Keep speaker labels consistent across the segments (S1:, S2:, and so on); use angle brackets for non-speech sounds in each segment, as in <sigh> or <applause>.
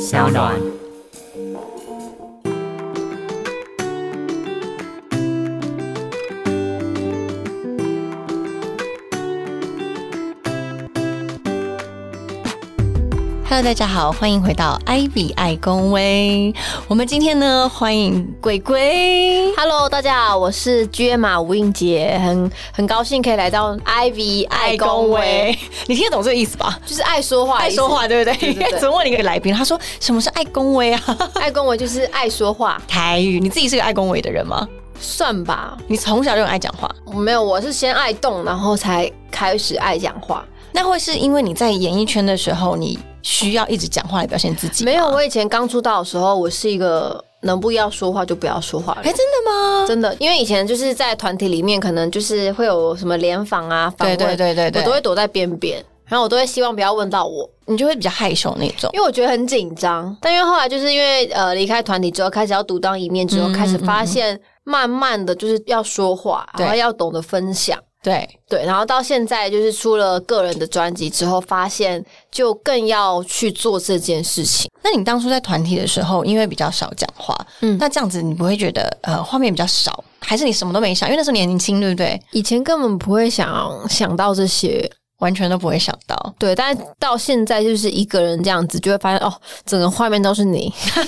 S1: 小暖。Hello，大家好，欢迎回到 Ivy 爱公微。我们今天呢，欢迎鬼鬼。
S2: Hello，大家好，我是 G M 吴映洁，很很高兴可以来到 Ivy 爱公威，，
S1: 你听得懂这个意思吧？
S2: 就是 <laughs> 爱说话，
S1: 爱说，话，对不对？
S2: 对对对
S1: 昨天问了一个来宾，他说什么是爱公威啊？
S2: <laughs> 爱公威就是爱说话，
S1: 台语，你自己是个爱恭维的人吗？
S2: 算吧。哦
S1: 你从小就很爱讲话，
S2: 没有，我是先爱动，然后才开始爱讲话。
S1: 那会是因为你在演艺圈的时候，你需要一直讲话来表现自己？
S2: 没有，，我以前刚出道的时候，我是一个能不要说话就不要说话的
S1: 哎，
S2: 人。
S1: 真的吗？
S2: 真的，因为以前就是在团体里面，可能就是会有什么联访啊、访
S1: 对
S2: 问，
S1: 对对对对，
S2: 我都会躲在边边，然后我都会希望不要问到我。
S1: 你就会比较害羞那种。
S2: 因为我觉得很紧张，但因为后来就是因为呃离开团体之后，开始要独当一面之后，
S1: 嗯
S2: 开始发现慢慢的就是要说话，
S1: 对
S2: 然后要懂得分享，
S1: 对，
S2: 对，然后到现在就是出了个人的专辑之后，发现就更要去做这件事情。
S1: 那你当初在团体的时候，因为比较少讲话，嗯
S2: 嗯，
S1: 那这样子你不会觉得呃画面比较少，还是你什么都没想？因为那时候你很年轻，对不对？
S2: 以前根本不会想想到这些，
S1: 完全都不会想到。
S2: 对，但到现在就是一个人这样子，就会发现哦，整个画面都是你。 <laughs>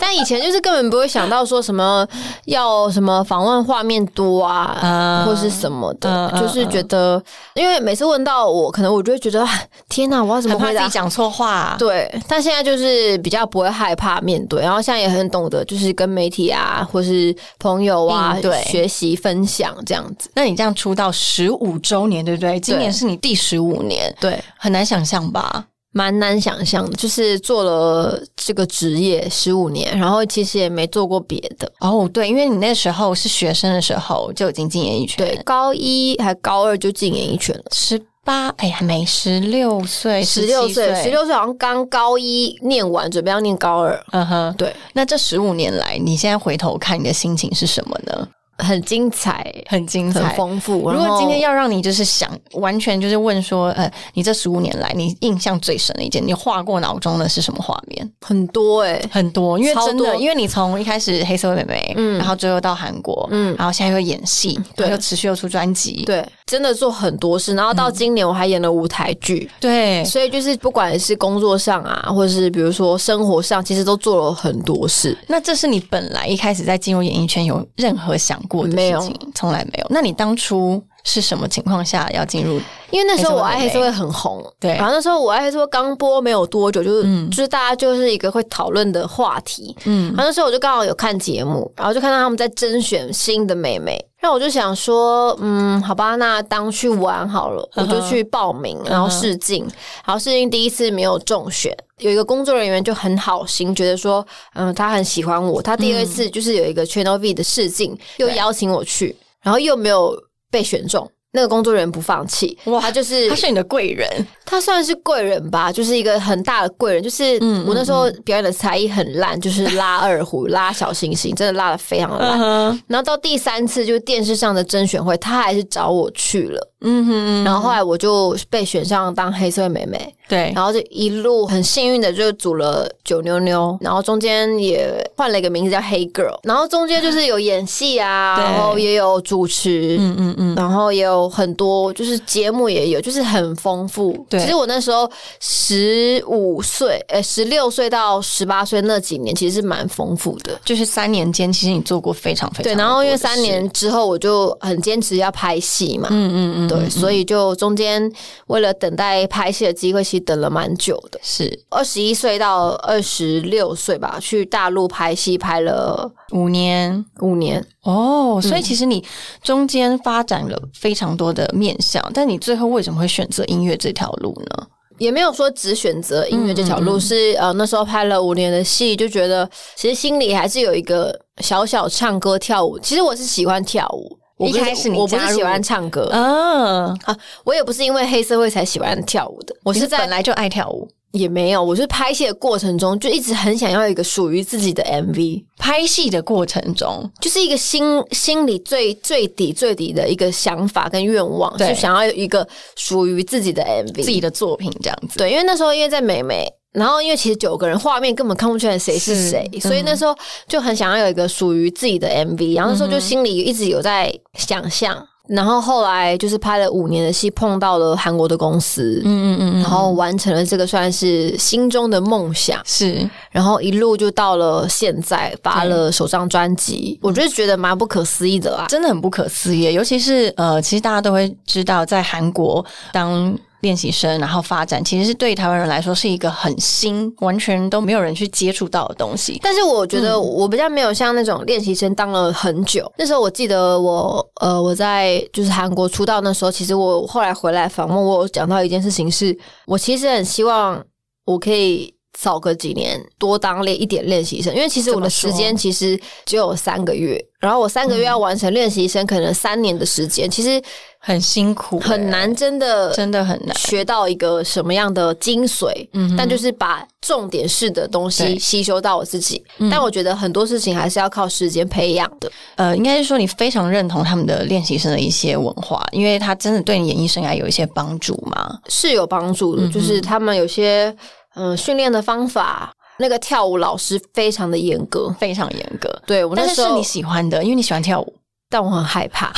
S2: 但以前就是根本不会想到说什么要什么访问画面多啊，
S1: 啊
S2: 或是什么的，
S1: 嗯嗯
S2: 就是觉得，因为每次问到我，可能我就会觉得，啊天哪、我要怎么
S1: 很怕
S2: 回
S1: 自己
S2: 答？
S1: 讲错话、
S2: 对，但现在就是比较不会害怕面对，然后现在也很懂得，就是跟媒体啊，或是朋友啊
S1: 应对，
S2: 学习分享这样子。
S1: 那你这样出道十五周年，对不对？今年是你第十五年，
S2: 对，
S1: 很难想象吧？
S2: 蛮难想象的，就是做了这个职业十五年，然后其实也没做过别的。
S1: 哦，对，因为你那时候是学生的时候就已经进演艺圈，
S2: 对，，高一还高二就进演艺圈了。
S1: 十八，哎，还没十六哎岁，
S2: 十六
S1: 17
S2: 岁，十，六岁好像刚高一念完，准备要念高二，
S1: 嗯哼。
S2: 对，
S1: 那这十五年来，你现在回头看，你的心情是什么呢？
S2: 很精彩，
S1: 很精
S2: 很
S1: 彩。
S2: 丰富。
S1: 如
S2: 然
S1: 果
S2: 后
S1: 今天要让你就是想完全就是问说，呃，你这十五年来你印象最深的一件，你画过脑中的是什么画面？
S2: 很多哎、
S1: 很多，因为真
S2: 超
S1: 的，
S2: 多
S1: 因为你从一开始黑社会妹妹，
S2: 嗯
S1: 然后最后到韩国，嗯
S2: 嗯，
S1: 然后现在又演戏，
S2: 对
S1: 对，又持续又出专辑，
S2: 对，真的做很多事。然后到今年我还演了舞台剧，
S1: 嗯对
S2: 所以就是不管是工作上啊，或是比如说生活上，其实都做了很多事。
S1: 那这是你本来一开始在进入演艺圈有任何想过的
S2: 没
S1: 事
S2: 有
S1: 情，从来没有。那你当初是什么情况下要进入？
S2: 因为那时候我爱
S1: 黑
S2: 黑
S1: 社
S2: 社
S1: 会
S2: 会很红，
S1: 对
S2: 然后那时候我爱黑社会刚播没有多久，就是、就是大家就是一个会讨论的话题，
S1: 嗯
S2: 嗯，然后那时候我就刚好有看节目，然后就看到他们在甄选新的妹妹，然后我就想说，嗯，好吧，那当去玩好了，我就去报名，然后试镜，然后试镜第一次没有中选。有一个工作人员就很好心，觉得说，嗯，他很喜欢我。他第二次就是有一个 Channel V 的试镜，又邀请我去，然后又没有被选中。那个工作人员不放弃，
S1: 哇
S2: 他就是
S1: 他是你的贵人，
S2: 他算是贵人吧，就是一个很大的贵人。就是
S1: 嗯
S2: 我那时候表演的才艺很烂，就是拉二胡、拉小星星，真的拉的非常的烂。
S1: 哼，
S2: 然后到第三次就是电视上的甄选会，他还是找我去了。
S1: 嗯哼，
S2: 然后后来我就被选上当黑社会妹妹，
S1: 对，
S2: 然后就一路很幸运的就组了九妞妞，然后中间也换了一个名字叫黑 girl，然后中间就是有演戏啊，
S1: 对
S2: 然后也有主持，
S1: 嗯嗯嗯，
S2: 然后也有很多，就是节目也有，就是很丰富。
S1: 对
S2: 其实我那时候十五岁，呃，十六岁到十八岁那几年，其实是蛮丰富的。
S1: 就是三年间，其实你做过非常非常
S2: 对，然后因为三年之后，我就很坚持要拍戏嘛，
S1: 嗯，嗯嗯嗯，
S2: 对，所以就中间为了等待拍戏的机会，其实等了蛮久的。
S1: 是
S2: 二十一岁到二十六岁吧，去大陆拍戏拍了
S1: 五年
S2: 五年。
S1: 哦，所以其实你中间发展了非常多的面向，但你最后为什么会选择音乐这条路呢？
S2: 也没有说只选择音乐
S1: 嗯
S2: 这条路，是呃那时候拍了五年的戏，就觉得其实心里还是有一个小小唱歌跳舞。其实我是喜欢跳舞，我不是
S1: 一开始你
S2: 我不
S1: 加
S2: 是
S1: 入
S2: 喜欢唱歌、
S1: 啊，
S2: 啊，我也不是因为黑社会才喜欢跳舞的，我
S1: 我
S2: 是
S1: 是
S2: 在
S1: 本来就爱跳舞，
S2: 也没有，我是拍戏的过程中就一直很想要一个属于自己的 MV，
S1: 拍戏的过程中，
S2: 就是一个心心里最最底最底的一个想法跟愿望，
S1: 对
S2: 就想要有一个属于自己的 MV，
S1: 自己的作品这样子。
S2: 对，因为那时候因为在美美，然后因为其实九个人画面根本看不出来谁是
S1: 是嗯
S2: 谁，所以那时候就很想要有一个属于自己的 MV，然后那时候就心里一直有在想象。然后后来就是拍了五年的戏，碰到了韩国的公司，
S1: 嗯嗯嗯，
S2: 然后完成了这个算是心中的梦想，
S1: 是
S2: 然后一路就到了现在，发了首张专辑，我就觉得蛮不可思议的啊啦。
S1: 真的很不可思议，尤其是呃，其实大家都会知道，在韩国当练习生，然后发展，其实是对台湾人来说是一个很新，完全都没有人去接触到的东西。
S2: 但是我觉得我比较没有像那种练习生当了很久。那时候我记得我呃我在就是韩国出道那时候，其实我后来回来访问，我有讲到一件事情是，我其实很希望我可以。早个几年多当练一点练习生，因为其实我的时
S1: 怎么
S2: 间
S1: 说
S2: 其实只有三个月，然后我三个月要完成练习生，可能三年的时间，其实
S1: 很辛苦、
S2: 很难，真的
S1: 真的很难。
S2: 学到一个什么样的精髓，
S1: 嗯哼
S2: 但就是把重点式的
S1: 对
S2: 东
S1: 嗯
S2: 西吸收到我自己。但我觉得很多事情还是要靠时间培养的。
S1: 呃，应该是说你非常认同他们的练习生的一些文化，因为他真的对你演艺生涯有一些帮助嘛。
S2: 是有帮
S1: 嗯
S2: 助的，就是他们有些嗯训练的方法，那个跳舞老师非常的严格。
S1: 非常严格，
S2: 对我
S1: 但
S2: 那
S1: 是
S2: 时
S1: 是
S2: 候，
S1: 你喜欢的，因为你喜欢跳舞，
S2: 但我很害怕，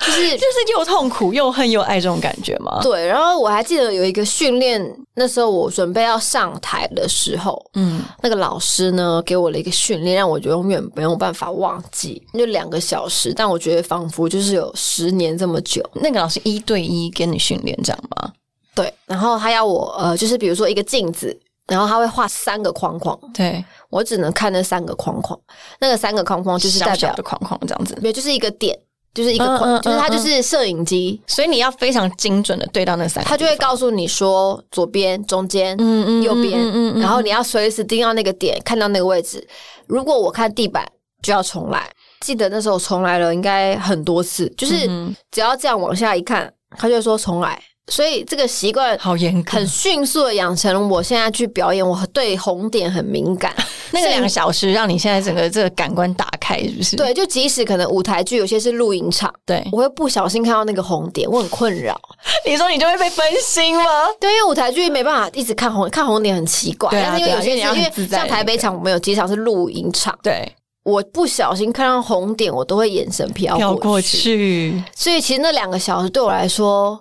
S2: 就是
S1: 就是又痛苦又恨又爱这种感觉吗？
S2: 对。然后我还记得有一个训练，那时候我准备要上台的时候，
S1: 嗯，
S2: 那个老师呢，给我了一个训练，让我觉得永远没有办法忘记。就两个小时，但我觉得仿佛就是有十年这么久。
S1: 那个老师一对一跟你训练这样吗？
S2: 对，然后他要我呃，就是比如说一个镜子，然后他会画三个框框，
S1: 对，
S2: 我只能看那三个框框。那个三个框框就是代
S1: 小小
S2: 表
S1: 的框框这样子，
S2: 没有，就是一个点，就是一个
S1: 嗯
S2: 框，
S1: 嗯
S2: 就是它
S1: 嗯
S2: 就
S1: 嗯
S2: 是摄影机，
S1: 所以你要非常精准的对到那三个地
S2: 它
S1: 方，
S2: 就会告诉你说左边、中间、
S1: 嗯嗯
S2: 右边，
S1: 嗯
S2: 然后你要随时盯到那个点，看到那个位置。如果我看地板，就要重来。记得那时候重来了，应该很多次，就是
S1: 嗯
S2: 只要这样往下一看，他就会说重来。所以这个习惯
S1: 好严格
S2: 很，迅速的养成了。我现在去表演，我对红点很敏感。
S1: 那个
S2: 甚
S1: 两个小时让你现在整个这个感官打开，是不是？
S2: 对，就即使可能舞台剧有些是录影场，
S1: 对，
S2: 我会不小心看到那个红点，我很困扰。
S1: 你说你就会被分心吗？
S2: 对，因为舞台剧没办法一直看红，看红点很奇怪。
S1: 对啊
S2: 但是因为有些
S1: 对啊因为你要
S2: 是因
S1: 很自
S2: 为
S1: 在
S2: 像台北场，我们有几场是录影场。
S1: 对，
S2: 我不小心看到红点，我都会眼神飘
S1: 飘
S2: 过
S1: 过去，
S2: 所以其实那两个小时对我来说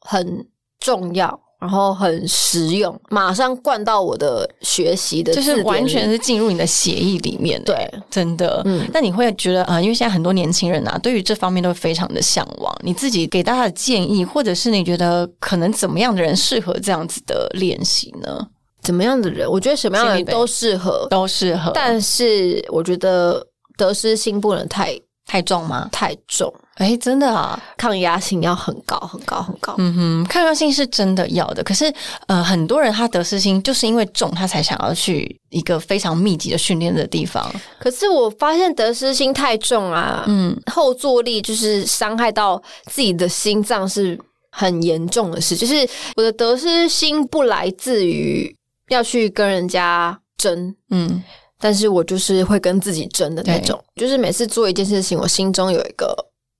S2: 很重要，然后很实用，马上灌到我的学习的
S1: 就
S2: 字
S1: 是
S2: 典
S1: 完
S2: 里
S1: 全是进入你的协议里面。
S2: 对。
S1: 真的，嗯
S2: 嗯，
S1: 那你会觉得啊、呃因为现在很多年轻人啊，对于这方面都非常的向往。你自己给大家的建议，或者是你觉得可能怎么样的人适合这样子的练习呢？
S2: 怎么样的人，我觉得什么样的
S1: 心
S2: 人
S1: 理呗
S2: 都适合，
S1: 都适合，
S2: 但是我觉得得失心不能太
S1: 太重吗？
S2: 太重，
S1: 哎，真的啊，
S2: 抗压性要很高很高很高。
S1: 嗯哼，抗压性是真的要的。可是，呃，很多人他得失心就是因为重，他才想要去一个非常密集的训练的地方。
S2: 可是我发现得失心太重啊，
S1: 嗯，
S2: 后坐力就是伤害到自己的心脏是很严重的事。就是我的得失心不来自于要去跟人家争，
S1: 嗯，
S2: 但是我就是会跟自己争的那种。就是每次做一件事情，我心中有一个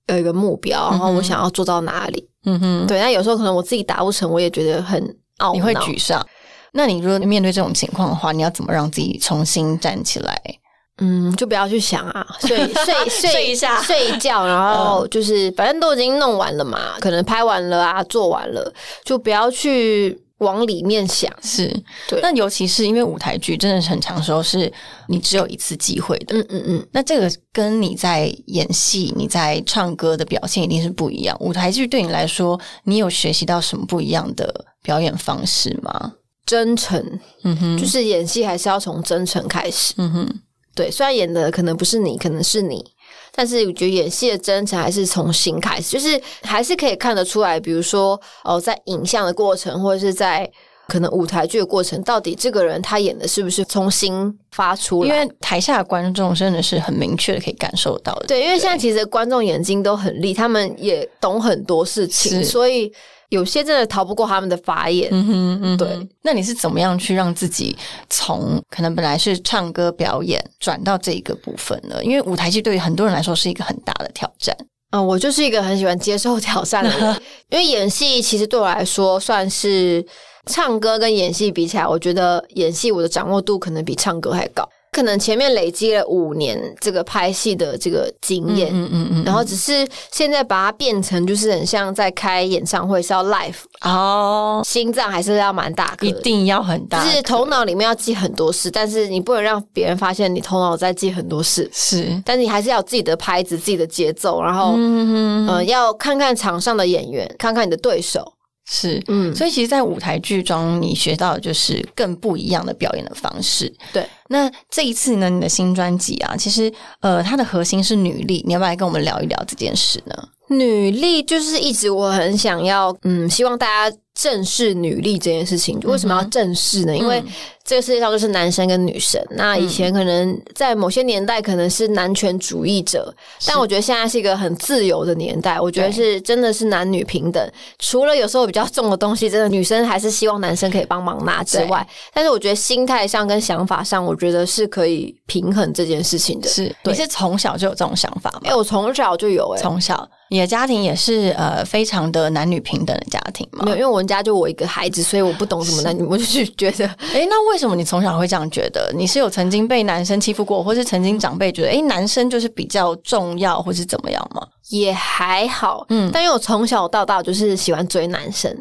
S2: 有一个目标，然后我想要做到哪里。
S1: 嗯哼，
S2: 对，那有时候可能我自己达不成，我也觉得很懊恼。
S1: 你会沮丧。那你如果面对这种情况的话，你要怎么让自己重新站起来？
S2: 嗯，就不要去想
S1: <laughs>
S2: 啊，睡睡睡
S1: 睡一下
S2: <laughs>
S1: 嗯
S2: 睡一觉，然后就是反正都已经弄完了嘛，可能拍完了啊，做完了，就不要去往里面想。
S1: 是
S2: 对
S1: 那尤其是因为舞台剧真的是很长时候是你只有一次机会的。
S2: 嗯嗯嗯，
S1: 那这个跟你在演戏、你在唱歌的表现一定是不一样。舞台剧对你来说，你有学习到什么不一样的表演方式吗？
S2: 真诚
S1: 嗯哼，
S2: 就是演戏还是要从真诚开始。
S1: 嗯哼，
S2: 对，虽然演的可能不是你，可能是你，但是我觉得演戏的真诚还是从心开始，就是还是可以看得出来，比如说哦，在影像的过程，或者是在可能舞台剧的过程，到底这个人他演的是不是从心发出来？
S1: 因为台下的观众真的是很明确的可以感受到的。
S2: 对，因为现在其实观众眼睛都很利，他们也懂很多事情，
S1: 是
S2: 所以有些真的逃不过他们的法眼。
S1: 嗯哼，嗯哼
S2: 对。
S1: 那你是怎么样去让自己从可能本来是唱歌表演转到这一个部分呢？因为舞台剧对于很多人来说是一个很大的挑战。
S2: 嗯、
S1: <laughs>
S2: 我就是一个很喜欢接受挑战的人，因为演戏其实对我来说算是唱歌跟演戏比起来，我觉得演戏我的掌握度可能比唱歌还高。可能前面累积了五年这个拍戏的这个经验，
S1: 嗯嗯嗯，
S2: 然后只是现在把它变成就是很像在开演唱会是要 live，
S1: 哦，
S2: 心脏还是要蛮大颗
S1: 一
S2: 的。
S1: 定要很
S2: 就
S1: 大，
S2: 是头脑里面要记很多事，但是你不能让别人发现你头脑在记很多事，
S1: 是，
S2: 但你还是要有自己的拍子、自己的节奏，然后
S1: 嗯，
S2: 呃，要看看场上的演员，看看你的对手。
S1: 是。
S2: 嗯，
S1: 所以，其实，在舞台剧中，你学到的就是更不一样的表演的方式。
S2: 对，
S1: 那这一次呢，你的新专辑啊，其实呃，它的核心是女力，你要不要来跟我们聊一聊这件事呢？
S2: 女力就是一直我很想要，嗯，希望大家正视女力这件事情。为什么要正视
S1: 嗯
S2: 呢？因为这个世界上就是男生跟女生。那以前可能在某些年代可能是男权主义者，但我觉得现在是一个很自由的年代。我觉得是真的是男女平等，除了有时候比较重的东西，真的女生还是希望男生可以帮忙拿之外，但是我觉得心态上跟想法上，我觉得是可以平衡这件事情的。
S1: 是，
S2: 对
S1: 你是从小就有这种想法
S2: 哎、
S1: 吗？
S2: 我从小就有哎、
S1: 从小，你的家庭也是呃非常的男女平等的家庭吗
S2: 没？有，因为我们家就我一个孩子，所以我不懂什么男女， <laughs> 我就是觉得，
S1: 诶，那为什么你从小会这样觉得？你是有曾经被男生欺负过，或是曾经长辈觉得诶，男生就是比较重要，或是怎么样吗？
S2: 也还好，
S1: 嗯
S2: 嗯，但因为我从小到大就是喜欢追男生，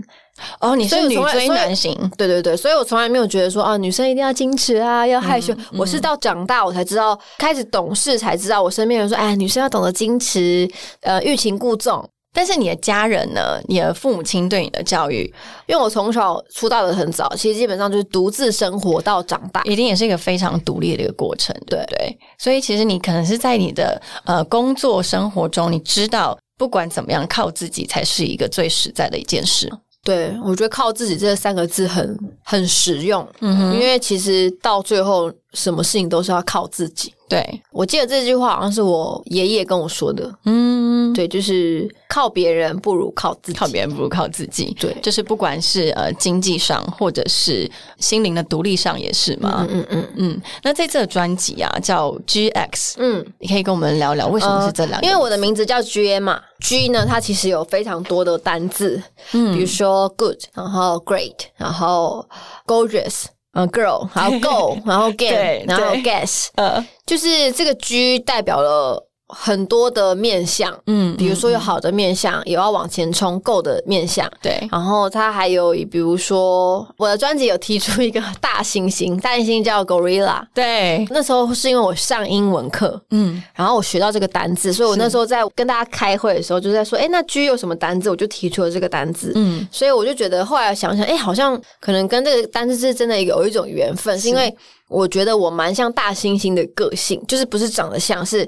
S1: 哦，你
S2: 所
S1: 是
S2: 以
S1: 女
S2: 从来
S1: 追
S2: 所以
S1: 男型，
S2: 对对对，所以我从来没有觉得说啊，女生一定要矜持啊，要害羞。
S1: 嗯
S2: 我是到长大我才知道，开始懂事才知道，我身边人说，哎，女生要懂得矜持，呃，欲擒故纵。
S1: 但是你的家人呢？你的父母亲对你的教育，
S2: 因为我从小出道的很早，其实基本上就是独自生活到长大。
S1: 一定也是一个非常独立的一个过程，对不对？所以其实你可能是在你的呃工作生活中，你知道不管怎么样，靠自己才是一个最实在的一件事。
S2: 对，我觉得靠自己这三个字很很实用，嗯，因为其实到最后什么事情都是要靠自己。
S1: 对，
S2: 我记得这句话好像是我爷爷跟我说的，
S1: 嗯，
S2: 对，就是靠别人不如靠自己。
S1: 靠别人不如靠自己。
S2: 对
S1: 就是不管是呃经济上，或者是心灵的独立上，也是嘛。
S2: 嗯嗯
S1: 嗯那这次的专辑啊叫 GX，
S2: 嗯，
S1: 你可以跟我们聊聊为什么是这两个、
S2: 呃因为我的名字叫 G M 嘛，G 呢它其实有非常多的单字，
S1: 嗯
S2: 比如说 good，然后 great，然后 gorgeous，嗯、girl，
S1: <laughs>
S2: 然后 go，然后 game，
S1: 对
S2: 然后
S1: 对
S2: guess，
S1: 呃
S2: 就是这个 G 代表了很多的面相，
S1: 嗯
S2: 比如说有好的面相，有要往前冲够的面相。
S1: 对
S2: 然后它还有，比如说我的专辑有提出一个 <laughs> 大猩猩，大猩猩叫 gorilla。
S1: 对
S2: 那时候是因为我上英文课，
S1: 嗯 <laughs>
S2: 然后我学到这个单字，所以我那时候在跟大家开会的时候就在说，哎，那 G 有什么单字？我就提出了这个单字。
S1: 嗯
S2: 所以我就觉得，后来想想，哎、好像可能跟这个单字是真的有一种缘分，是因为我觉得我蛮像大猩猩的个性，就是不是长得
S1: <laughs>
S2: 像，是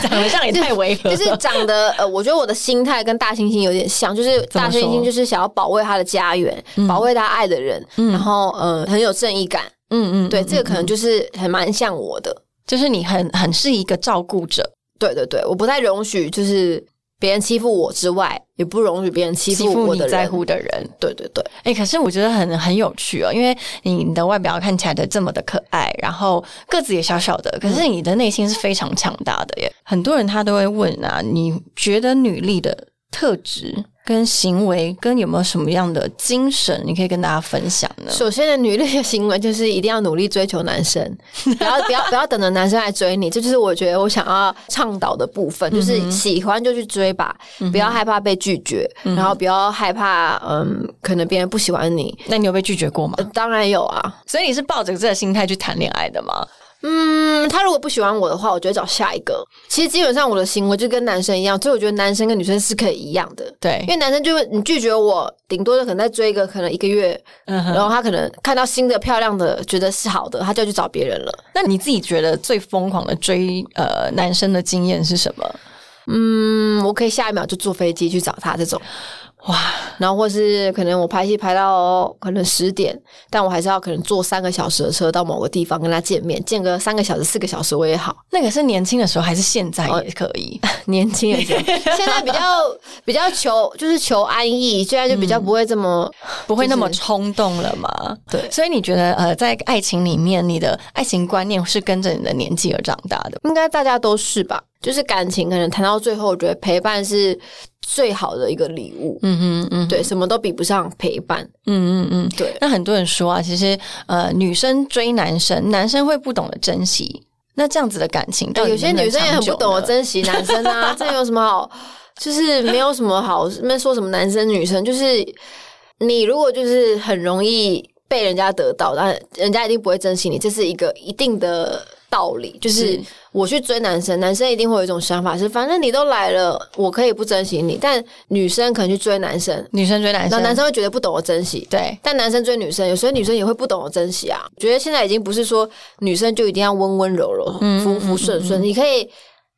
S1: 长得像也太违和
S2: 就是长得呃，我觉得我的心态跟大猩猩有点像，就是
S1: 怎么
S2: 大猩
S1: 说嗯
S2: 猩就是想要保卫他的家园，保卫他爱的人，然后呃很有正义感，
S1: 嗯嗯，
S2: 对，这个可能就是还蛮像我的，
S1: 就是你很很是一个照顾者，
S2: 对对对，我不太容许就是别人欺负我之外，也不容许别人欺
S1: 欺
S2: 负我
S1: 负你
S2: 的人，
S1: 在乎的人。
S2: 对对对，
S1: 哎、可是我觉得很很有趣哦，因为你的外表看起来的这么的可爱，然后个子也小小的，可是你的内心是非常强大的耶。很多人他都会问啊，你觉得女力的特质跟行为跟有没有什么样的精神，你可以跟大家分享呢？
S2: 首先的女力的行为就是一定要努力追求男生，不要不要不要等着男生来追你，这就是我觉得我想要倡导的部分，
S1: 嗯
S2: 就是喜欢就去追吧，不要害怕被拒绝，
S1: 嗯
S2: 然后不要害怕嗯，可能别人不喜欢你。
S1: 那你有被拒绝过吗
S2: 呃？当然有啊，
S1: <laughs> 所以你是抱着这个心态去谈恋爱的吗？
S2: 嗯，他如果不喜欢我的话，我就会找下一个。其实基本上我的行为就跟男生一样，所以我觉得男生跟女生是可以一样的，
S1: 对
S2: 因，为男生就会你拒绝我，顶多就可能再追一个，可能一个月，
S1: 嗯哼
S2: 然后他可能看到新的漂亮的，觉得是好的，他就去找别人了。
S1: 那你自己觉得最疯狂的追呃男生的经验是什么？
S2: 嗯，我可以下一秒就坐飞机去找他这种，
S1: 哇，
S2: 然后或是可能我拍戏拍到可能十点，但我还是要可能坐三个小时的车到某个地方跟他见面，见个三个小时四个小时我也好。 <laughs>
S1: 那个是年轻的时候还是现在也可以？
S2: 年轻
S1: <laughs>
S2: 人现在比较比较求就是求安逸，现在就比较
S1: 嗯
S2: 不会这么、
S1: 不会那么
S2: 就是
S1: 冲动了嘛？
S2: 对
S1: 所以你觉得呃，在爱情里面，你的爱情观念是跟着你的年纪而长大的？
S2: 应该大家都是吧？就是感情可能谈到最后，我觉得陪伴是最好的一个礼物。
S1: 嗯嗯嗯，
S2: 对，什么都比不上陪伴。
S1: 嗯嗯嗯。
S2: 对，
S1: 那很多人说啊，其实呃，女生追男生，男生会不懂得珍惜。那这样子的感情到底
S2: 有些
S1: 能能
S2: 女生也很
S1: 长久
S2: 不懂得
S1: 呢
S2: 珍惜男生
S1: <laughs>
S2: 啊，这有什么好？就是没有什么好那说什么男生女生，就是你如果就是很容易被人家得到，但人家一定不会珍惜你，这是一个一定的道理。就是
S1: 是
S2: 我去追男生，男生一定会有一种想法是，反正你都来了，我可以不珍惜你，但女生可能去追男生，
S1: 女生追男
S2: 然后
S1: 生，
S2: 男生会觉得不懂得珍惜，
S1: 对，
S2: 但男生追女生，有时候女生也会不懂得珍惜啊。觉得现在已经不是说女生就一定要温温柔柔、
S1: 嗯
S2: 服服顺顺，你可以，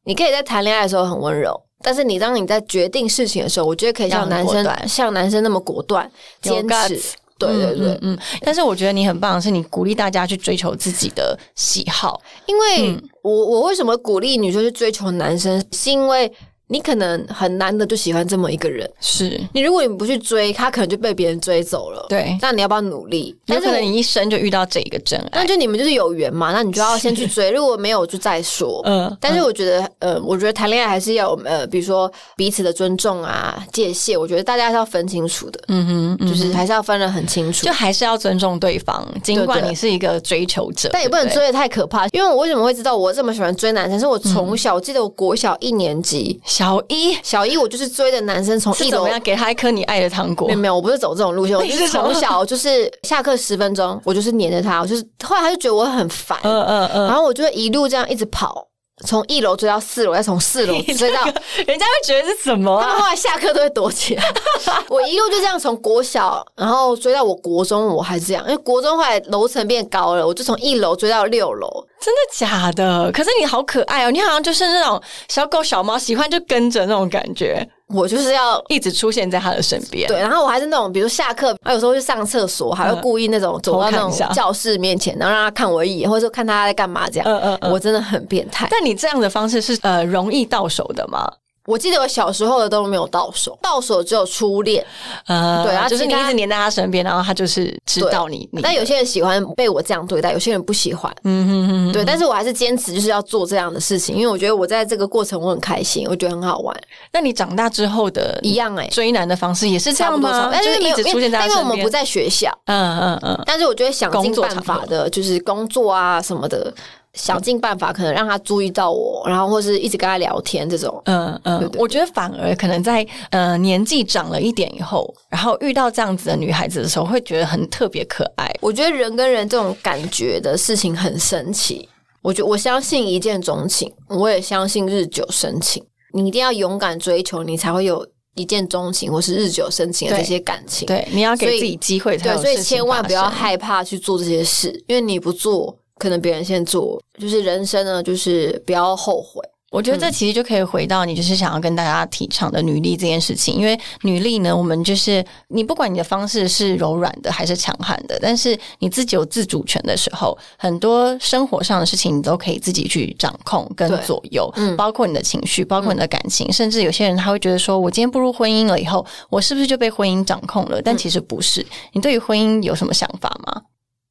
S2: 你可以在谈恋爱的时候很温柔，但是你当你在决定事情的时候，我觉得可以像
S1: 要很
S2: 男
S1: 果
S2: 生
S1: 断
S2: 像男生那么果断
S1: 有
S2: 坚
S1: guts
S2: 持。对对对，
S1: 嗯嗯嗯但是我觉得你很棒，的是你鼓励大家去追求自己的喜好。
S2: 因为
S1: 嗯
S2: 我我为什么鼓励女生去追求男生，是因为你可能很难的就喜欢这么一个人，
S1: 是，
S2: 你如果你不去追，他可能就被别人追走了。
S1: 对
S2: 那你要不要努力？
S1: 有
S2: 但是
S1: 可
S2: 我
S1: 能你一生就遇到这一个真爱。
S2: 那就你们就是有缘嘛，那你就要先
S1: <laughs>
S2: 去追，如果没有就再说。
S1: 嗯
S2: 但是我觉得，呃，我觉得谈恋爱还是要有呃，比如说彼此的尊重啊、界限，我觉得大家是要分清楚的，
S1: 嗯哼，嗯
S2: 就是还是要分得很清楚。
S1: 就还是要尊重对方，尽管
S2: 对
S1: 你是一个追求者，
S2: 但也不能追的太可怕，因为我为什么会知道我这么喜欢追男生？是我从小，我记得我国小一年级，
S1: 小嗯一
S2: 小一我就是追的男生从
S1: 是
S2: 一
S1: 怎
S2: 楼
S1: 么样给他一颗你爱的糖果
S2: 没有？没有，我不是走这种路线，
S1: <laughs>
S2: 我就
S1: 你
S2: 是
S1: 是走
S2: 从小就是下课十分钟，我就是黏着他，我就是后来他就觉得我很烦，
S1: 嗯嗯嗯，
S2: 然后我就会一路这样一直跑，从一楼追到四楼，再从四楼追到。
S1: 人家会觉得是什么
S2: 他们
S1: 啊？
S2: 后来下课都会躲起来， <laughs> 我一路就这样从国小，然后追到我国中，我还这样，因为国中后来楼层变高了，我就从一楼追到六楼。
S1: 真的假的？可是你好可爱哦，你好像就是那种小狗小猫喜欢就跟着那种感觉，
S2: 我就是要
S1: 一直出现在他的身边。
S2: 对，然后我还是那种，比如下课，啊，有时候去上厕所，还会故意那种走到
S1: 嗯偷
S2: 那
S1: 看一下
S2: 种教室面前，然后让他看我一眼，或者说看他在干嘛这样。
S1: 嗯嗯嗯
S2: 我真的很变态。
S1: 但你这样的方式是呃容易到手的吗？
S2: 我记得我小时候的都没有到手，到手只有初恋。
S1: 呃，
S2: 对啊
S1: 就是
S2: 其
S1: 你
S2: 他
S1: 一直黏在他身边，然后他就是知道你。你
S2: 但有些人喜欢被我这样对待，有些人不喜欢。
S1: 嗯哼哼，
S2: 对，但是我还是坚持就是要做这样的事情，因为我觉得我在这个过程我很开心，我觉得很好玩，
S1: 那你长大之后的
S2: 一样哎、
S1: 追男的方式也是这
S2: 差
S1: 样
S2: 不多差
S1: 吗
S2: 不多，？但
S1: 就是
S2: 哎没
S1: 一
S2: 有
S1: 直出现在他
S2: 因为因为我
S1: 身
S2: 们
S1: 边
S2: 不。在学校，
S1: 嗯嗯嗯，
S2: 但是我就会想尽
S1: 工作
S2: 办
S1: 场
S2: 法的，就是工作啊什么的，想尽办法可能让他注意到我，然后或是一直跟他聊天这种。
S1: 嗯嗯，我觉得反而可能在呃年纪长了一点以后，然后遇到这样子的女孩子的时候，会觉得很特别可爱。
S2: 我觉得人跟人这种感觉的事情很神奇。我觉我相信一见钟情，我也相信日久生情。你一定要勇敢追求，你才会有一见钟情或是日久生情的
S1: 对
S2: 这些感情。
S1: 对，你要
S2: 所以
S1: 给自己机会才
S2: 对，
S1: 有
S2: 所以
S1: 事情
S2: 千万不要
S1: 发生
S2: 害怕去做这些事，因为你不做，可能别人先做。就是人生呢，就是不要后悔。
S1: 我觉得这其实就可以回到你就是想要跟大家提倡的女力这件事情，因为女力呢，我们就是你不管你的方式是柔软的还是强悍的，但是你自己有自主权的时候，很多生活上的事情你都可以自己去掌控跟
S2: 对
S1: 左右，包括你的情绪，包括你的感情，甚至有些人他会觉得说，我今天步入婚姻了以后，我是不是就被婚姻掌控了？但其实不是。你对于婚姻有什么想法吗？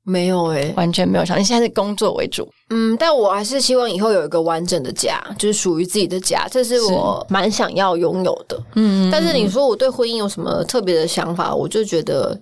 S2: 没有诶、
S1: 完全没有想欸法，你现在是工作为主，
S2: 嗯，但我还是希望以后有一个完整的家，就是属于自己的家，这是我蛮想要拥有的。
S1: 嗯，
S2: 但是你说我对婚姻有什么特别的想法，我就觉得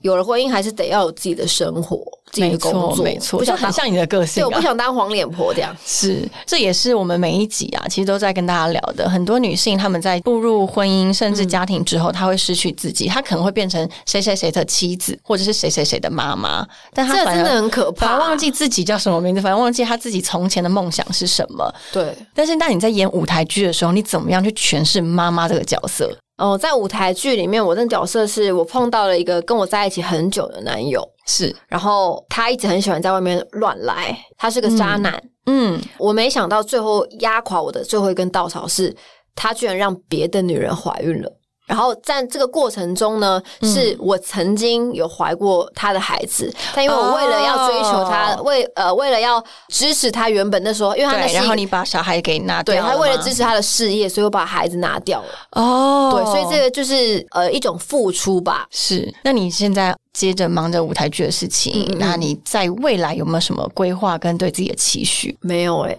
S2: 有了婚姻还是得要有自己的生活、自己
S1: 没
S2: 的工
S1: 错
S2: 作，
S1: 没错，
S2: 不
S1: 就
S2: 想
S1: 很
S2: 当
S1: 像你的个性、
S2: 对，
S1: 啊，
S2: 我不想当黄脸婆这样。
S1: 是，这也是我们每一集啊，其实都在跟大家聊的。很多女性她们在步入婚姻甚至家庭之后，她会失去自己，她可能会变成谁谁谁的妻子，或者是谁谁谁的妈妈，但她
S2: 这
S1: 反
S2: 真的
S1: 而
S2: 很可
S1: 反
S2: 怕，
S1: 而忘记自己叫什么名字，反而忘记她自己从前的梦想是什么。 <laughs>
S2: 对。
S1: 但是，当你在演舞台剧的时候，你怎么样去诠释妈妈这个角色？
S2: 哦，在舞台剧里面，我的角色是我碰到了一个跟我在一起很久的男友，
S1: 是，
S2: 然后他一直很喜欢在外面乱来，他是个渣男。
S1: 嗯，
S2: 我没想到最后压垮我的最后一根稻草是，他居然让别的女人怀孕了。然后在这个过程中呢，
S1: 嗯
S2: 是我曾经有怀过他的孩子，但因为我为了要追求他，
S1: 哦
S2: 为呃为了要支持他原本那时候，因为他那
S1: 对。
S2: 是
S1: 然后
S2: 一个
S1: 你把小孩给拿掉
S2: 对他为了
S1: 吗
S2: 支持他的事业，所以我把孩子拿掉了。
S1: 哦，
S2: 对，所以这个就是呃一种付出吧。
S1: 是，那你现在接着忙着舞台剧的事情，那你在未来有没有什么规划跟对自己的期许？
S2: 没有哎，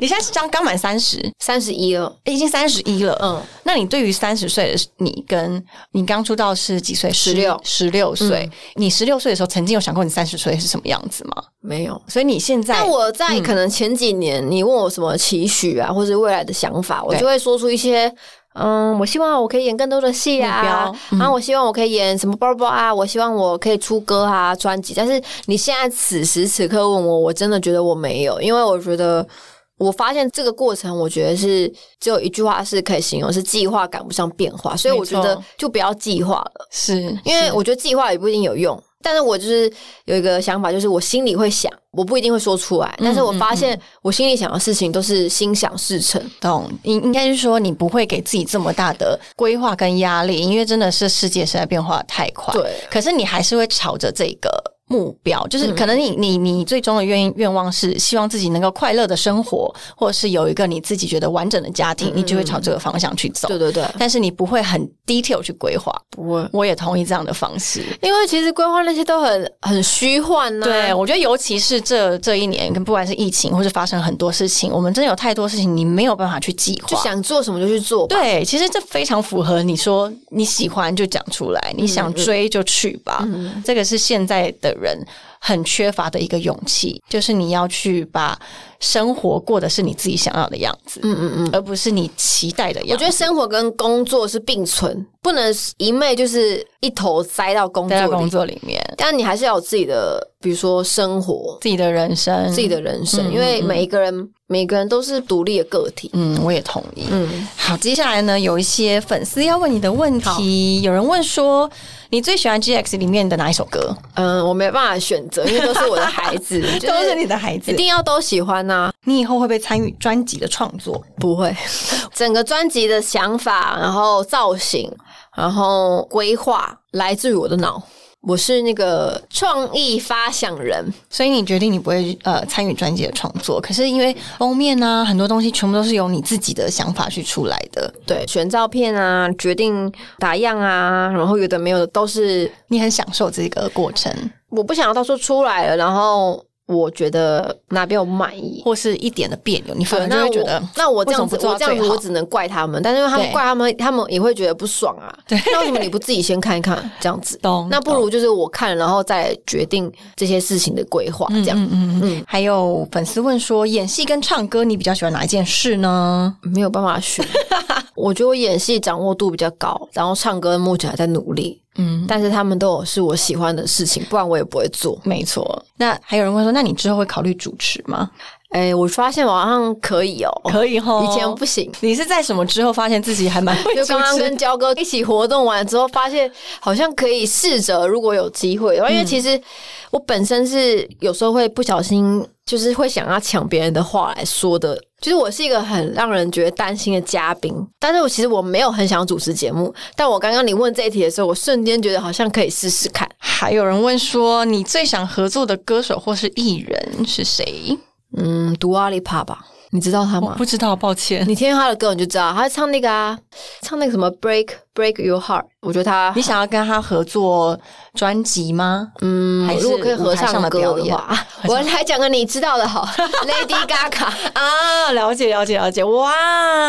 S1: 你现在是刚刚满三十，
S2: 三十一了，
S1: 已经三十一了，
S2: 嗯，
S1: 那你对于三十岁的你，跟你刚出道是几岁？
S2: 16
S1: 十六岁。你十六岁的时候，曾经有想过你三十岁是什么样子吗？
S2: 没有。
S1: 所以你现在嗯
S2: 但我在可能前几年，你问我什么期许啊，或者未来的想法，我
S1: 对
S2: 就会说出一些。嗯，我希望我可以演更多的戏
S1: 目
S2: 啊
S1: 标，嗯
S2: 然后我希望我可以演什么包包啊，我希望我可以出歌啊、专辑。但是你现在此时此刻问我，我真的觉得我没有，因为我觉得我发现这个过程，我觉得是只有一句话是可以形容，是计划赶不上变化，所以我觉
S1: 没
S2: 得
S1: 错
S2: 就不要计划了。
S1: 是
S2: 因为我觉得计划也不一定有用。但是我就是有一个想法，就是我心里会想，我不一定会说出
S1: 嗯
S2: 来，但是我发现我心里想的事情都是心想事成。
S1: 懂，应应该是说你不会给自己这么大的规划跟压力，因为真的是世界实在变化得太快。
S2: 对
S1: 可是你还是会朝着这个。目标就是，可能你你你最终的愿愿望是希望自己能够快乐的生活，或者是有一个你自己觉得完整的家庭，你就会朝这个方向去走。
S2: 对对对，
S1: 但是你不会很 detail 去规划，
S2: 不会，
S1: 我也同意这样的方式。
S2: 因为其实规划那些都很很虚幻呐、
S1: 对，我觉得尤其是这这一年，跟不管是疫情或是发生很多事情，我们真的有太多事情你没有办法去计划，
S2: 就想做什么就去做吧。
S1: 对，其实这非常符合你说你喜欢就讲出来，你想追就去吧。这个是现在的人很缺乏的一个勇气，就是你要去把生活过的是你自己想要的样子，嗯嗯嗯，而不是你期待的
S2: 我
S1: 样
S2: 觉
S1: 子。
S2: 得生活跟工作是并存，不能一昧就是一头栽到工作
S1: 待在工
S2: 里。
S1: 作里面，
S2: 但你还是要有自己的，比如说生活、
S1: 自己的人生，
S2: 自己的人生，因为每一个人每个人都是独立的个体。
S1: 嗯，我也同意。
S2: 嗯，
S1: 好，接下来呢，有一些粉丝要问你的问题。有人问说，你最喜欢 G X 里面的哪一首歌？
S2: 嗯，我没办法选择，因为都是我的孩
S1: <laughs>
S2: 子，就
S1: 都是你的孩
S2: 一
S1: 子。
S2: 定要都喜欢呐、
S1: 你以后会不会参与专辑的创作？<laughs>
S2: 不会，整个专辑的想法，然后造型，然后规划，来自于我的脑。我是那个创意发想人，
S1: 所以你决定你不会呃参与专辑的创作，可是因为封面啊，很多东西全部都是由你自己的想法去出来的，
S2: 对，选照片啊，决定打样啊，然后有的没有的都是
S1: 你很享受这个过程，
S2: 我不想要到时候出来了，然后我觉得哪边我不满意，
S1: 或是一点的别扭，你反
S2: 对，
S1: 而就会觉
S2: 那我
S1: 得
S2: 那我这
S1: 为什
S2: 样
S1: 么不
S2: 子，
S1: 做到
S2: 我这样
S1: 最
S2: 子，
S1: 好
S2: 我只能怪他们，但是因为他们
S1: 对
S2: 怪他们，他们也会觉得不爽啊。
S1: 对
S2: 那为什么你不自己先看一看这样子？
S1: 懂
S2: 那不如就是我看，然后再决定这些事情的规划，这样、
S1: 嗯嗯嗯。还有粉丝问说，演戏跟唱歌，你比较喜欢哪一件事呢？
S2: 没有办法
S1: <laughs>
S2: 选。我觉得我演戏掌握度比较高，然后唱歌目前还在努力，
S1: 嗯，
S2: 但是他们都有是我喜欢的事情，不然我也不会做。
S1: 没错。那还有人问说，那你之后会考虑主持吗？
S2: 哎、我发现我好像可以哦、
S1: 可以吼，
S2: 以前不行。
S1: 你是在什么之后发现自己还蛮会
S2: <laughs> 就
S1: 主
S2: 刚刚
S1: 持
S2: 跟？焦哥一起活动完之后，发现好像可以试着，如果有机会的话，因为其实我本身是有时候会不小心，就是会想要抢别人的话来说的。就是我是一个很让人觉得担心的嘉宾，但是我其实我没有很想主持节目，但我刚刚你问这一题的时候，我瞬间觉得好像可以试试看。
S1: 还有人问说，你最想合作的歌手或是艺人是谁？
S2: 嗯，读阿里帕吧，你知道他吗？
S1: 不知道，抱歉。
S2: 你听他的歌你就知道，他唱那个啊，唱那个什么 Break Break Your Heart，我觉得他
S1: 你想要跟他合作专辑吗？
S2: 嗯
S1: 还是
S2: 如果可以合
S1: 舞
S2: 唱歌
S1: 台上的表
S2: 的
S1: 演
S2: 话，
S1: <laughs>
S2: 我来讲个你知道的好，Lady Gaga，
S1: 啊，了解了解了解，哇，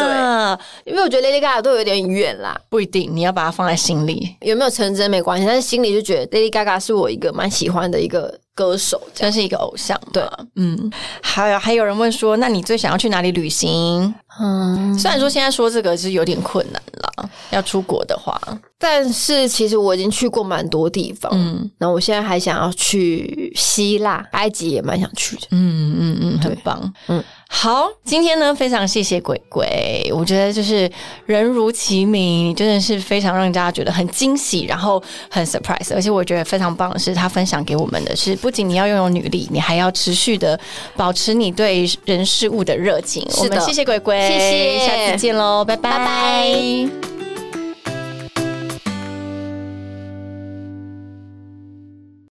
S1: 对，
S2: 因为我觉得 Lady Gaga 都有点远啦，
S1: 不一定，你要把它放在心里，
S2: 有没有成真没关系，但是心里就觉得 Lady Gaga 是我一个蛮喜欢的一个歌手。
S1: 真是一个偶像。对，嗯，还有还有人问说，那你最想要去哪里旅行？
S2: 嗯，
S1: 虽然说现在说这个是有点困难啦，要出国的话，
S2: 但是其实我已经去过蛮多地方，嗯，那我现在还想要去希腊、埃及，也蛮想去的。
S1: 嗯嗯嗯，很棒。嗯
S2: 嗯，
S1: 好，今天呢，非常谢谢鬼鬼，我觉得就是人如其名，真的是非常让大家觉得很惊喜，然后很 surprise，而且我觉得非常棒的是，他分享给我们的是，不仅你要拥有女力，你还要持续的保持你对人事物的热情。
S2: 是的
S1: 我们谢谢鬼鬼，
S2: 谢谢
S1: 下次见喽，拜
S2: 拜拜